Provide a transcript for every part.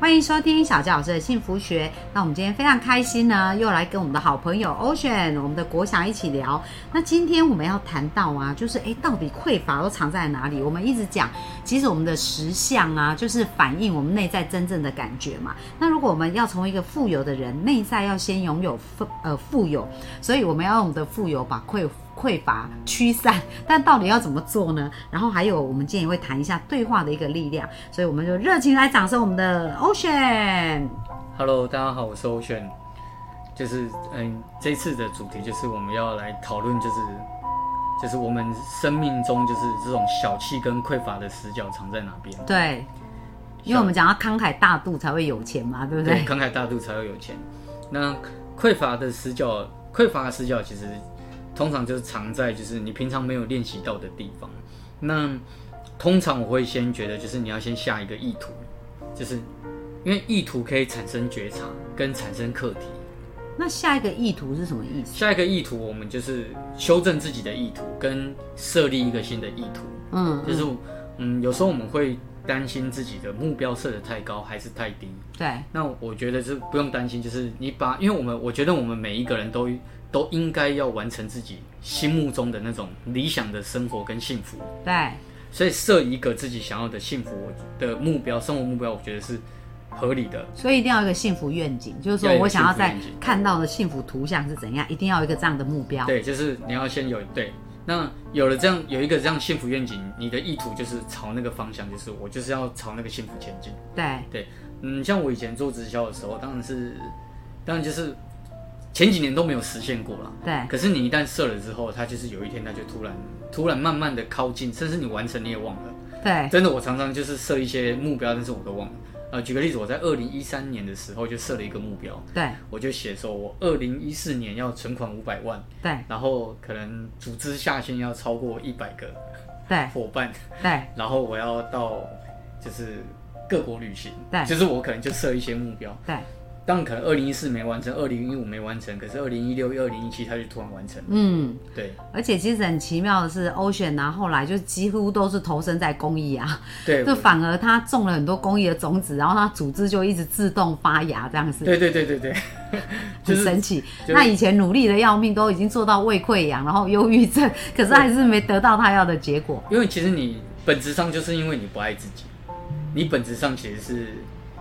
欢迎收听小纪老师的幸福学。那我们今天非常开心呢，又来跟我们的好朋友 Ocean，我们的国祥一起聊。那今天我们要谈到啊，就是诶，到底匮乏都藏在哪里？我们一直讲，其实我们的实相啊，就是反映我们内在真正的感觉嘛。那如果我们要成为一个富有的人，内在要先拥有富呃富有，所以我们要用我们的富有把匮匮乏驱散。但到底要怎么做呢？然后还有，我们今天也会谈一下对话的一个力量，所以我们就热情来掌声我们的 Ocean。 Hello，大家好，我是欧炫。就是嗯，这次的主题就是我们要来讨论，就是就是我们生命中就是这种小气跟匮乏的死角藏在哪边？对，因为我们讲要慷慨大度才会有钱嘛，对不对？慷慨大度才会有钱。那匮乏的死角，匮乏的死角其实通常就是藏在就是你平常没有练习到的地方。那通常我会先觉得就是你要先下一个意图，就是因为意图可以产生觉察跟产生课题。那下一个意图是什么意思？下一个意图，我们就是修正自己的意图，跟设立一个新的意图。嗯，就是，嗯，有时候我们会担心自己的目标设得太高还是太低。对，那我觉得是不用担心，就是你把，因为我们我觉得我们每一个人都都应该要完成自己心目中的那种理想的生活跟幸福，对，所以设一个自己想要的幸福的目标，生活目标，我觉得是合理的。所以一定要有一个幸福愿景，就是说要有一个我想要在幸福愿景看到的幸福图像是怎样，一定要有一个这样的目标。对，就是你要先有对。那有了这样有一个这样幸福愿景，你的意图就是朝那个方向，就是我就是要朝那个幸福前进。对，嗯，像我以前做直销的时候，当然是，当然就是前几年都没有实现过啦。对，可是你一旦设了之后，它就是有一天它就突然突然慢慢的靠近，甚至你完成你也忘了。对，真的，我常常就是设一些目标，但是我都忘了。呃，举个例子，我在二零一三年的时候就设了一个目标，对，我就写说我二零一四年要存款五百万。对，然后可能组织下线要超过一百个对，伙伴， 对，然后我要到就是各国旅行，对就是我可能就设一些目标，对，当然可能二零一四没完成，二零一五没完成，可是二零一六、二零一七它就突然完成了，嗯。对而且其实很奇妙的是，Ocean 啊，后来就几乎都是投身在公益啊，对就我反而他种了很多公益的种子，然后他组织就一直自动发芽，这样子，对对对对 对，就很是神奇。就是那以前努力的要命，都已经做到胃溃疡，然后忧郁症，可是还是没得到他要的结果。因为其实你本质上就是因为你不爱自己，你本质上其实是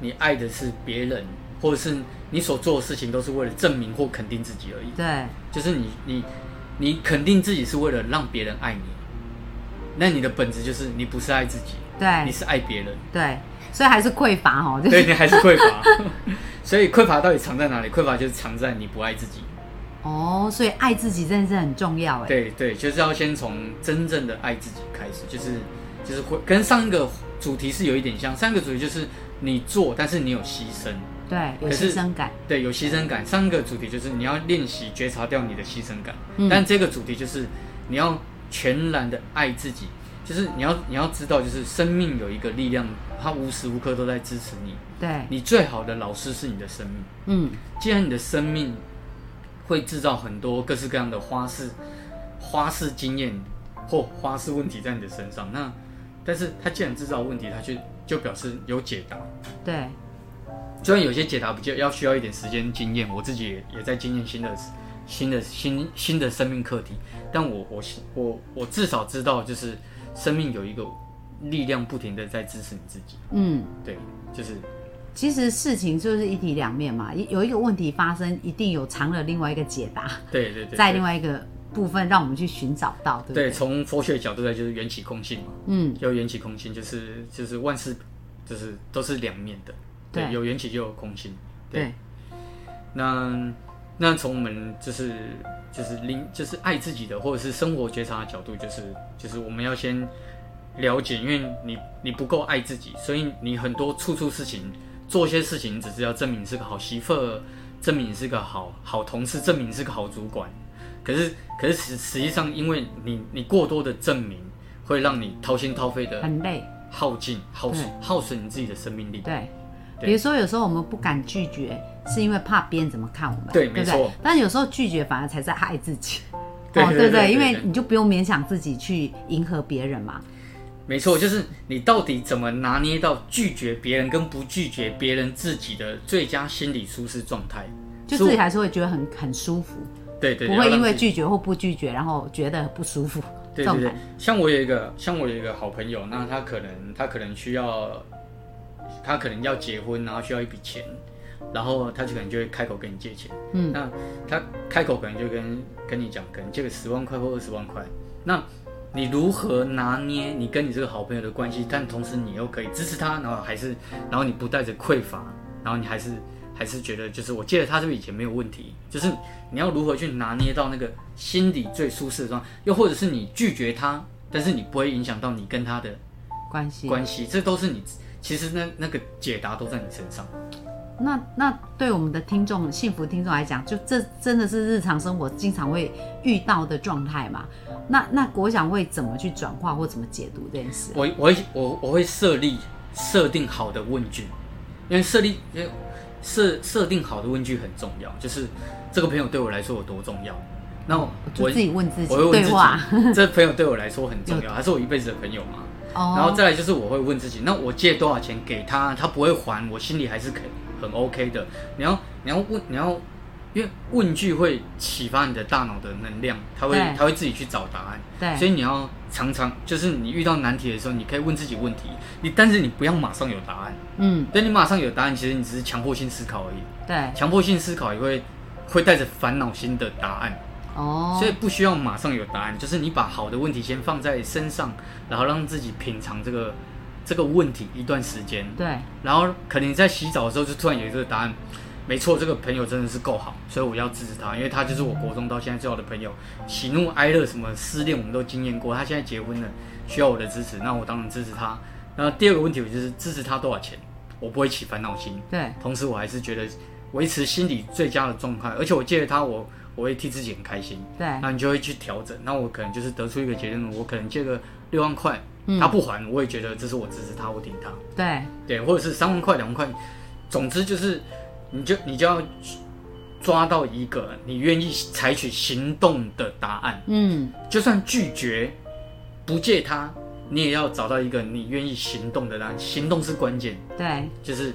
你爱的是别人，或者是你所做的事情都是为了证明或肯定自己而已。对，就是你你你肯定自己是为了让别人爱你，那你的本质就是你不是爱自己，你对，是爱别人，对，所以还是匮乏哦，就是对你还是匮乏。 所以匮乏到底藏在哪里？匮乏就是藏在你不爱自己。哦，所以爱自己真的是很重要哎。对对，就是要先从真正的爱自己开始，就是就是会跟上一个主题是有一点像，上一个主题就是你做，但是你有牺牲。对，有可牺是牲感。对，有牺牲感。上一个主题就是你要练习觉察掉你的牺牲感，嗯但这个主题就是你要全然的爱自己，就是你要你要知道，就是生命有一个力量，它无时无刻都在支持你。对，你最好的老师是你的生命。嗯，既然你的生命会制造很多各式各样的花式花式经验或花式问题在你的身上，那但是它既然制造问题，它就就表示有解答。对，虽然有些解答不就要需要一点时间经验，我自己也也在经验新的新的新新的生命课题，但我我我我至少知道，就是生命有一个力量不停的在支持你自己，嗯。对，就是其实事情就是一体两面嘛，一有一个问题发生，一定有藏了另外一个解答，对对对，在另外一个部分让我们去寻找到，对不对对？从佛学的角度来就是缘起空性嘛，嗯，有缘起空性就是就是万事就是都是两面的，对，对有缘起就有空性，对对，那那从我们就是就是零就是爱自己的或者是生活觉察的角度，就是就是我们要先了解，因为你你不够爱自己，所以你很多处处事情做些事情，只是要证明你是个好媳妇儿，证明你是个好好同事，证明你是个好主管。可是可是实实际上，因为你你过多的证明会让你掏心掏肺的很累，耗尽、耗对损、耗损你自己的生命力。对。对比如说，有时候我们不敢拒绝，是因为怕别人怎么看我们，对不没对错？但有时候拒绝反而才在害自己，对哦，对对不对对？对因为对你就不用勉强自己去迎合别人嘛。没错，就是你到底怎么拿捏到拒绝别人跟不拒绝别人自己的最佳心理舒适状态，就是自己我还是会觉得很很舒服，对对，不对要会让因为自己拒绝或不拒绝，然后觉得不舒服。对这对种对感觉，像我有一个像我有一个好朋友，那他可能他可能需要，他可能要结婚，然后需要一笔钱，然后他就可能就会开口跟你借钱，嗯，那他开口可能就跟跟你讲，可能借个十万块或二十万块，那你如何拿捏你跟你这个好朋友的关系，但同时你又可以支持他，然后还是然后你不带着匮乏，然后你还是还是觉得就是我借了他这笔钱没有问题，就是你要如何去拿捏到那个心理最舒适的状态，又或者是你拒绝他，但是你不会影响到你跟他的关系。关系，这都是你其实那那个解答都在你身上。那那对我们的听众、幸福听众来讲，就这真的是日常生活经常会遇到的状态嘛？那那国想会怎么去转化或怎么解读这件事？我我会我我会设立设定好的问句，因为设立因为设设定好的问句很重要，就是这个朋友对我来说有多重要。那我哦就自己问自己我会问自对话己，这朋友对我来说很重 要，他是我一辈子的朋友嘛。哦然后再来就是我会问自己，那我借多少钱给他，他不会还，我心里还是很很 OK 的。你要你要问你要，因为问句会启发你的大脑的能量，他会对他会自己去找答案。哦对所以你要常常就是你遇到难题的时候，你可以问自己问题，你但是你不要马上有答案。嗯，等你马上有答案，其实你只是强迫性思考而已。对，强迫性思考也会会带着烦恼心的答案。哦，所以不需要马上有答案，就是你把好的问题先放在身上，然后让自己品尝这个这个问题一段时间，对，然后可能你在洗澡的时候就突然有这个答案，没错，这个朋友真的是够好，所以我要支持他，因为他就是我国中到现在最好的朋友，喜怒哀乐什么失恋我们都经验过，他现在结婚了，需要我的支持，那我当然支持他。那第二个问题，我就是支持他多少钱，我不会起烦恼心，对，同时我还是觉得维持心理最佳的状态，而且我借了他，我我会替自己很开心。对，那你就会去调整。那我可能就是得出一个结论，我可能借个六万块嗯，他不还，我也觉得这是我支持他，我挺他，对，对，或者是三万块、两万块，总之就是，你就你就要抓到一个你愿意采取行动的答案，嗯，就算拒绝不借他，你也要找到一个你愿意行动的答案，行动是关键。对，就是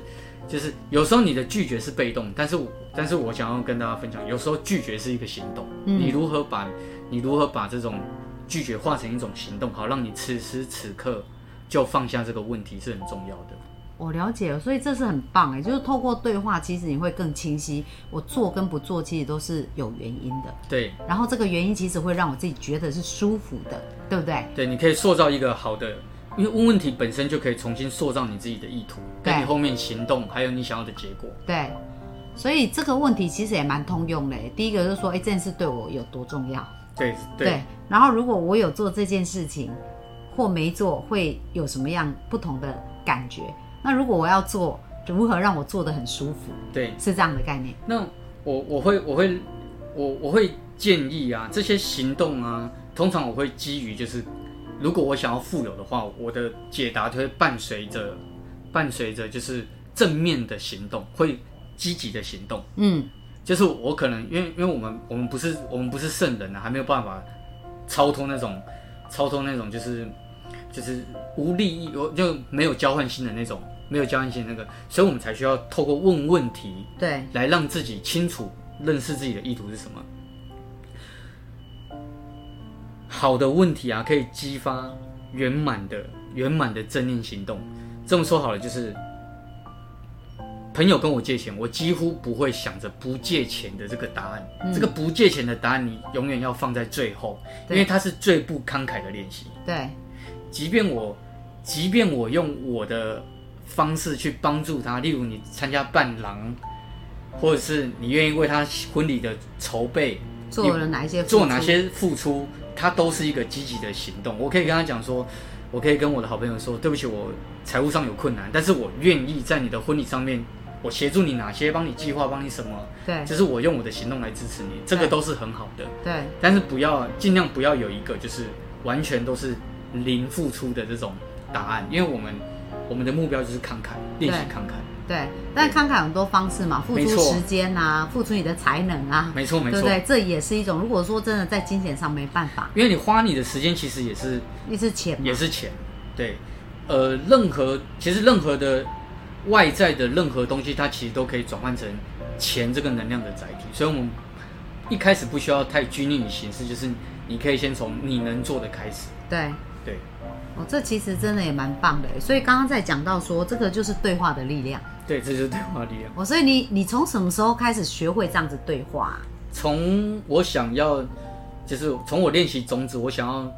就是有时候你的拒绝是被动，但是我但是我想要跟大家分享，有时候拒绝是一个行动，嗯你如何把你如何把这种拒绝化成一种行动，好让你此时此刻就放下这个问题是很重要的。我了解了，所以这是很棒哎，就是透过对话，其实你会更清晰，我做跟不做其实都是有原因的，对然后这个原因其实会让我自己觉得是舒服的，对不对？对，你可以塑造一个好的。因为问问题本身就可以重新塑造你自己的意图，跟对你后面行动，还有你想要的结果。对，所以这个问题其实也蛮通用的欸。第一个就是说，哎、这件事对我有多重要？对对然后，如果我有做这件事情，或没做，会有什么样不同的感觉？那如果我要做，如何让我做的很舒服？对，是这样的概念。那我我会我会我我会建议啊，这些行动啊，通常我会基于就是，如果我想要富有的话，我的解答就会伴随着伴随着就是正面的行动，会积极的行动。嗯，就是我可能因为因为我们我们不是我们不是圣人啊，还没有办法超脱那种超脱那种就是就是无利益，我就没有交换心的那种，没有交换心的那个，所以我们才需要透过问问题。对，来让自己清楚认识自己的意图是什么。好的问题啊，可以激发圆满的圆满的正念行动。这么说好了，就是朋友跟我借钱，我几乎不会想着不借钱的这个答案。嗯这个不借钱的答案，你永远要放在最后，因对为它是最不慷慨的练习。对，即便我，即便我用我的方式去帮助他，例如你参加伴郎，或者是你愿意为他婚礼的筹备，做了哪一些？做哪？些付出，他都是一个积极的行动。我可以跟他讲说，我可以跟我的好朋友说，对不起，我财务上有困难，但是我愿意在你的婚礼上面，我协助你哪些，帮你计划，帮你什么，对，就是我用我的行动来支持你，这个对都是很好的。对，但是不要尽量不要有一个就是完全都是零付出的这种答案，因为我们我们的目标就是慷慨，练习慷慨，对，但慷慨有很多方式嘛，付没出错时间啊，付出你的才能啊，没错没对不错，对？这也是一种，如果说真的在金钱上没办法，因为你花你的时间其实也是那是钱嘛也，是钱，对，呃，任何其实任何的外在的任何东西，它其实都可以转换成钱这个能量的载体，所以我们一开始不需要太拘泥于形式，就是你可以先从你能做的开始，对。对，哦，这其实真的也蛮棒的耶，欸所以刚刚在讲到说，这个就是对话的力量。对，这就是对话力量。哦，所以你你从什么时候开始学会这样子对话啊、从我想要，就是从我练习种子，我想要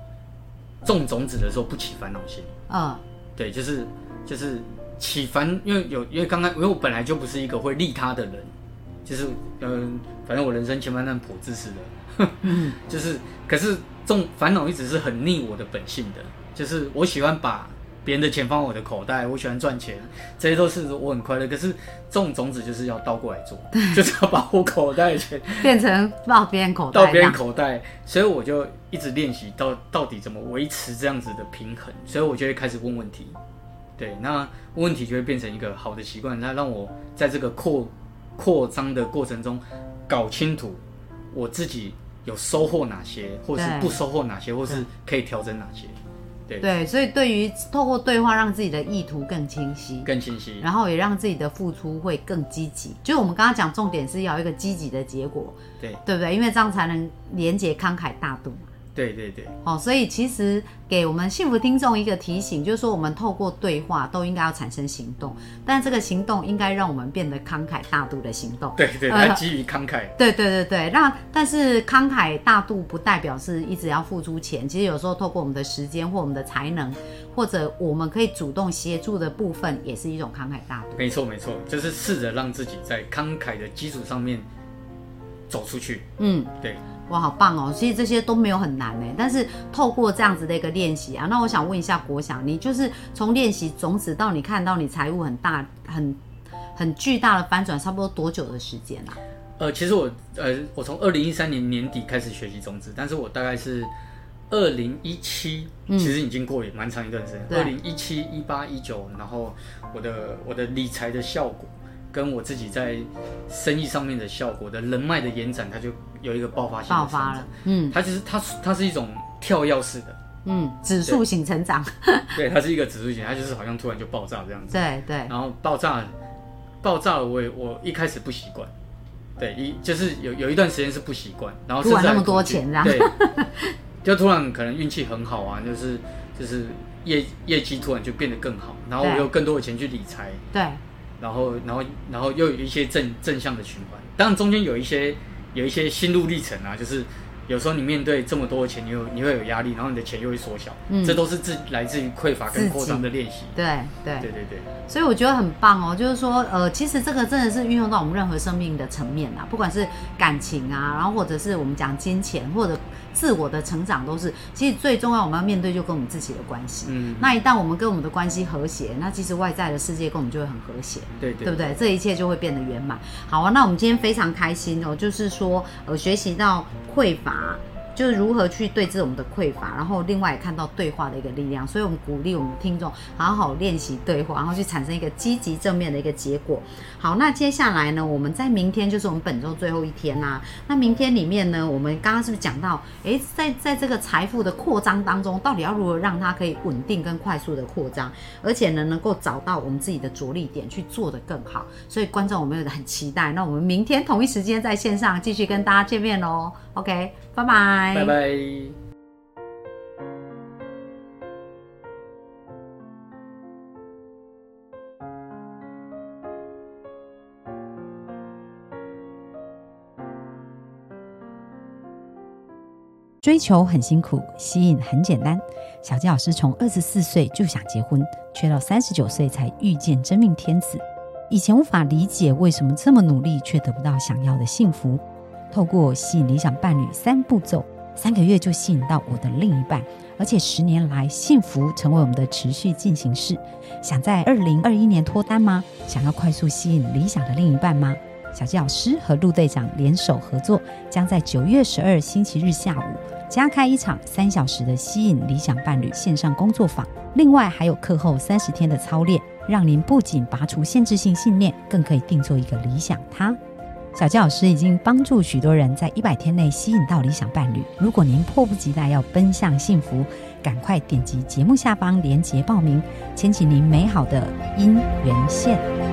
种种子的时候不起烦恼心， 嗯，对，就是就是起烦，因为有因为刚刚因为我本来就不是一个会利他的人，就是嗯、反正我人生前半段颇自私的， 就是可是这种烦恼一直是很逆我的本性的，就是我喜欢把别人的钱放我的口袋，我喜欢赚钱，这些都是我很快乐。可是这种种子就是要倒过来做，就是要把我口袋的钱变成到别人口到袋这别人样。口袋，所以我就一直练习到到底怎么维持这样子的平衡，所以我就会开始问问题。对，那问问题就会变成一个好的习惯，它让我在这个扩扩张的过程中搞清楚我自己有收获哪些，或是对不收获哪些，或是可以调整哪些，对，所以对于透过对话让自己的意图更清晰，更清晰。然后也让自己的付出会更积极。就是我们刚刚讲重点是要有一个积极的结果，对，对不对？因为这样才能连接慷慨大度嘛。对对对，哦，所以其实给我们幸福听众一个提醒，就是说我们透过对话都应该要产生行动，但这个行动应该让我们变得慷慨大度的行动。对对，呃它基于慷慨，对对对对，那但是慷慨大度不代表是一直要付出钱，其实有时候透过我们的时间或我们的才能，或者我们可以主动协助的部分，也是一种慷慨大度。没错没错，就是试着让自己在慷慨的基础上面走出去。嗯，对，哇，好棒哦！其实这些都没有很难呢，欸但是透过这样子的一个练习啊，那我想问一下国祥，你就是从练习种子到你看到你财务很大很。很巨大的翻转，差不多多久的时间啊？呃，其实我呃，我从二零一三年年底开始学习中资，但是我大概是二零一七，其实已经过也蛮长一段时间。嗯对二零一七、一八、一九，然后我的我的理财的效果，跟我自己在生意上面的效果的人脉的延展，它就有一个爆发性的爆发生了长，嗯它就是它它是一种跳跃式的，嗯，指数型成长，对，它是一个指数型，它就是好像突然就爆炸这样子。对对，然后爆炸，爆炸了我也我一开始不习惯，对，一就是有有一段时间是不习惯，然后突然甚至还那么多恐惧钱这样对，就突然可能运气很好啊，就是就是业业绩突然就变得更好，然后我对有更多的钱去理财，对然后然后然后又有一些正正向的循环，当然中间有一些有一些心路历程啊，就是。有时候你面对这么多的钱，你有你会有压力，然后你的钱又会缩小，嗯这都是自来自于匮乏自跟扩张己的练习。对对对，对对，所以我觉得很棒哦，就是说，呃，其实这个真的是运用到我们任何生命的层面啊，不管是感情啊，然后或者是我们讲金钱或者自我的成长，都是其实最重要我们要面对就跟我们自己的关系。嗯，那一旦我们跟我们的关系和谐，那其实外在的世界跟我们就会很和谐。对对对不对？这一切就会变得圆满。好啊，那我们今天非常开心哦，就是说呃，学习到匮乏，就是如何去对治我们的匮乏，然后另外也看到对话的一个力量。所以我们鼓励我们听众好好练习对话，然后去产生一个积极正面的一个结果。好，那接下来呢，我们在明天就是我们本周最后一天啦、啊那明天里面呢，我们刚刚是不是讲到，诶，在在这个财富的扩张当中，到底要如何让它可以稳定跟快速的扩张，而且呢，能够找到我们自己的着力点去做得更好。所以观众，我们也很期待。那我们明天同一时间在线上继续跟大家见面喽。OK，拜拜，拜。拜。追求很辛苦，吸引很简单。小纪老师从二十四岁就想结婚，却到三十九岁才遇见真命天子。以前无法理解为什么这么努力却得不到想要的幸福。透过吸引理想伴侣三步骤，三个月就吸引到我的另一半，而且十年来幸福成为我们的持续进行式。想在二零二一年脱单吗？想要快速吸引理想的另一半吗？小纪老师和陆队长联手合作，将在九月十二星期日下午加开一场三小时的吸引理想伴侣线上工作坊，另外还有课后三十天的操练，让您不仅拔除限制性信念，更可以定做一个理想他。小纪老师已经帮助许多人在一百天内吸引到理想伴侣。如果您迫不及待要奔向幸福，赶快点击节目下方链接报名，牵起您美好的姻缘线。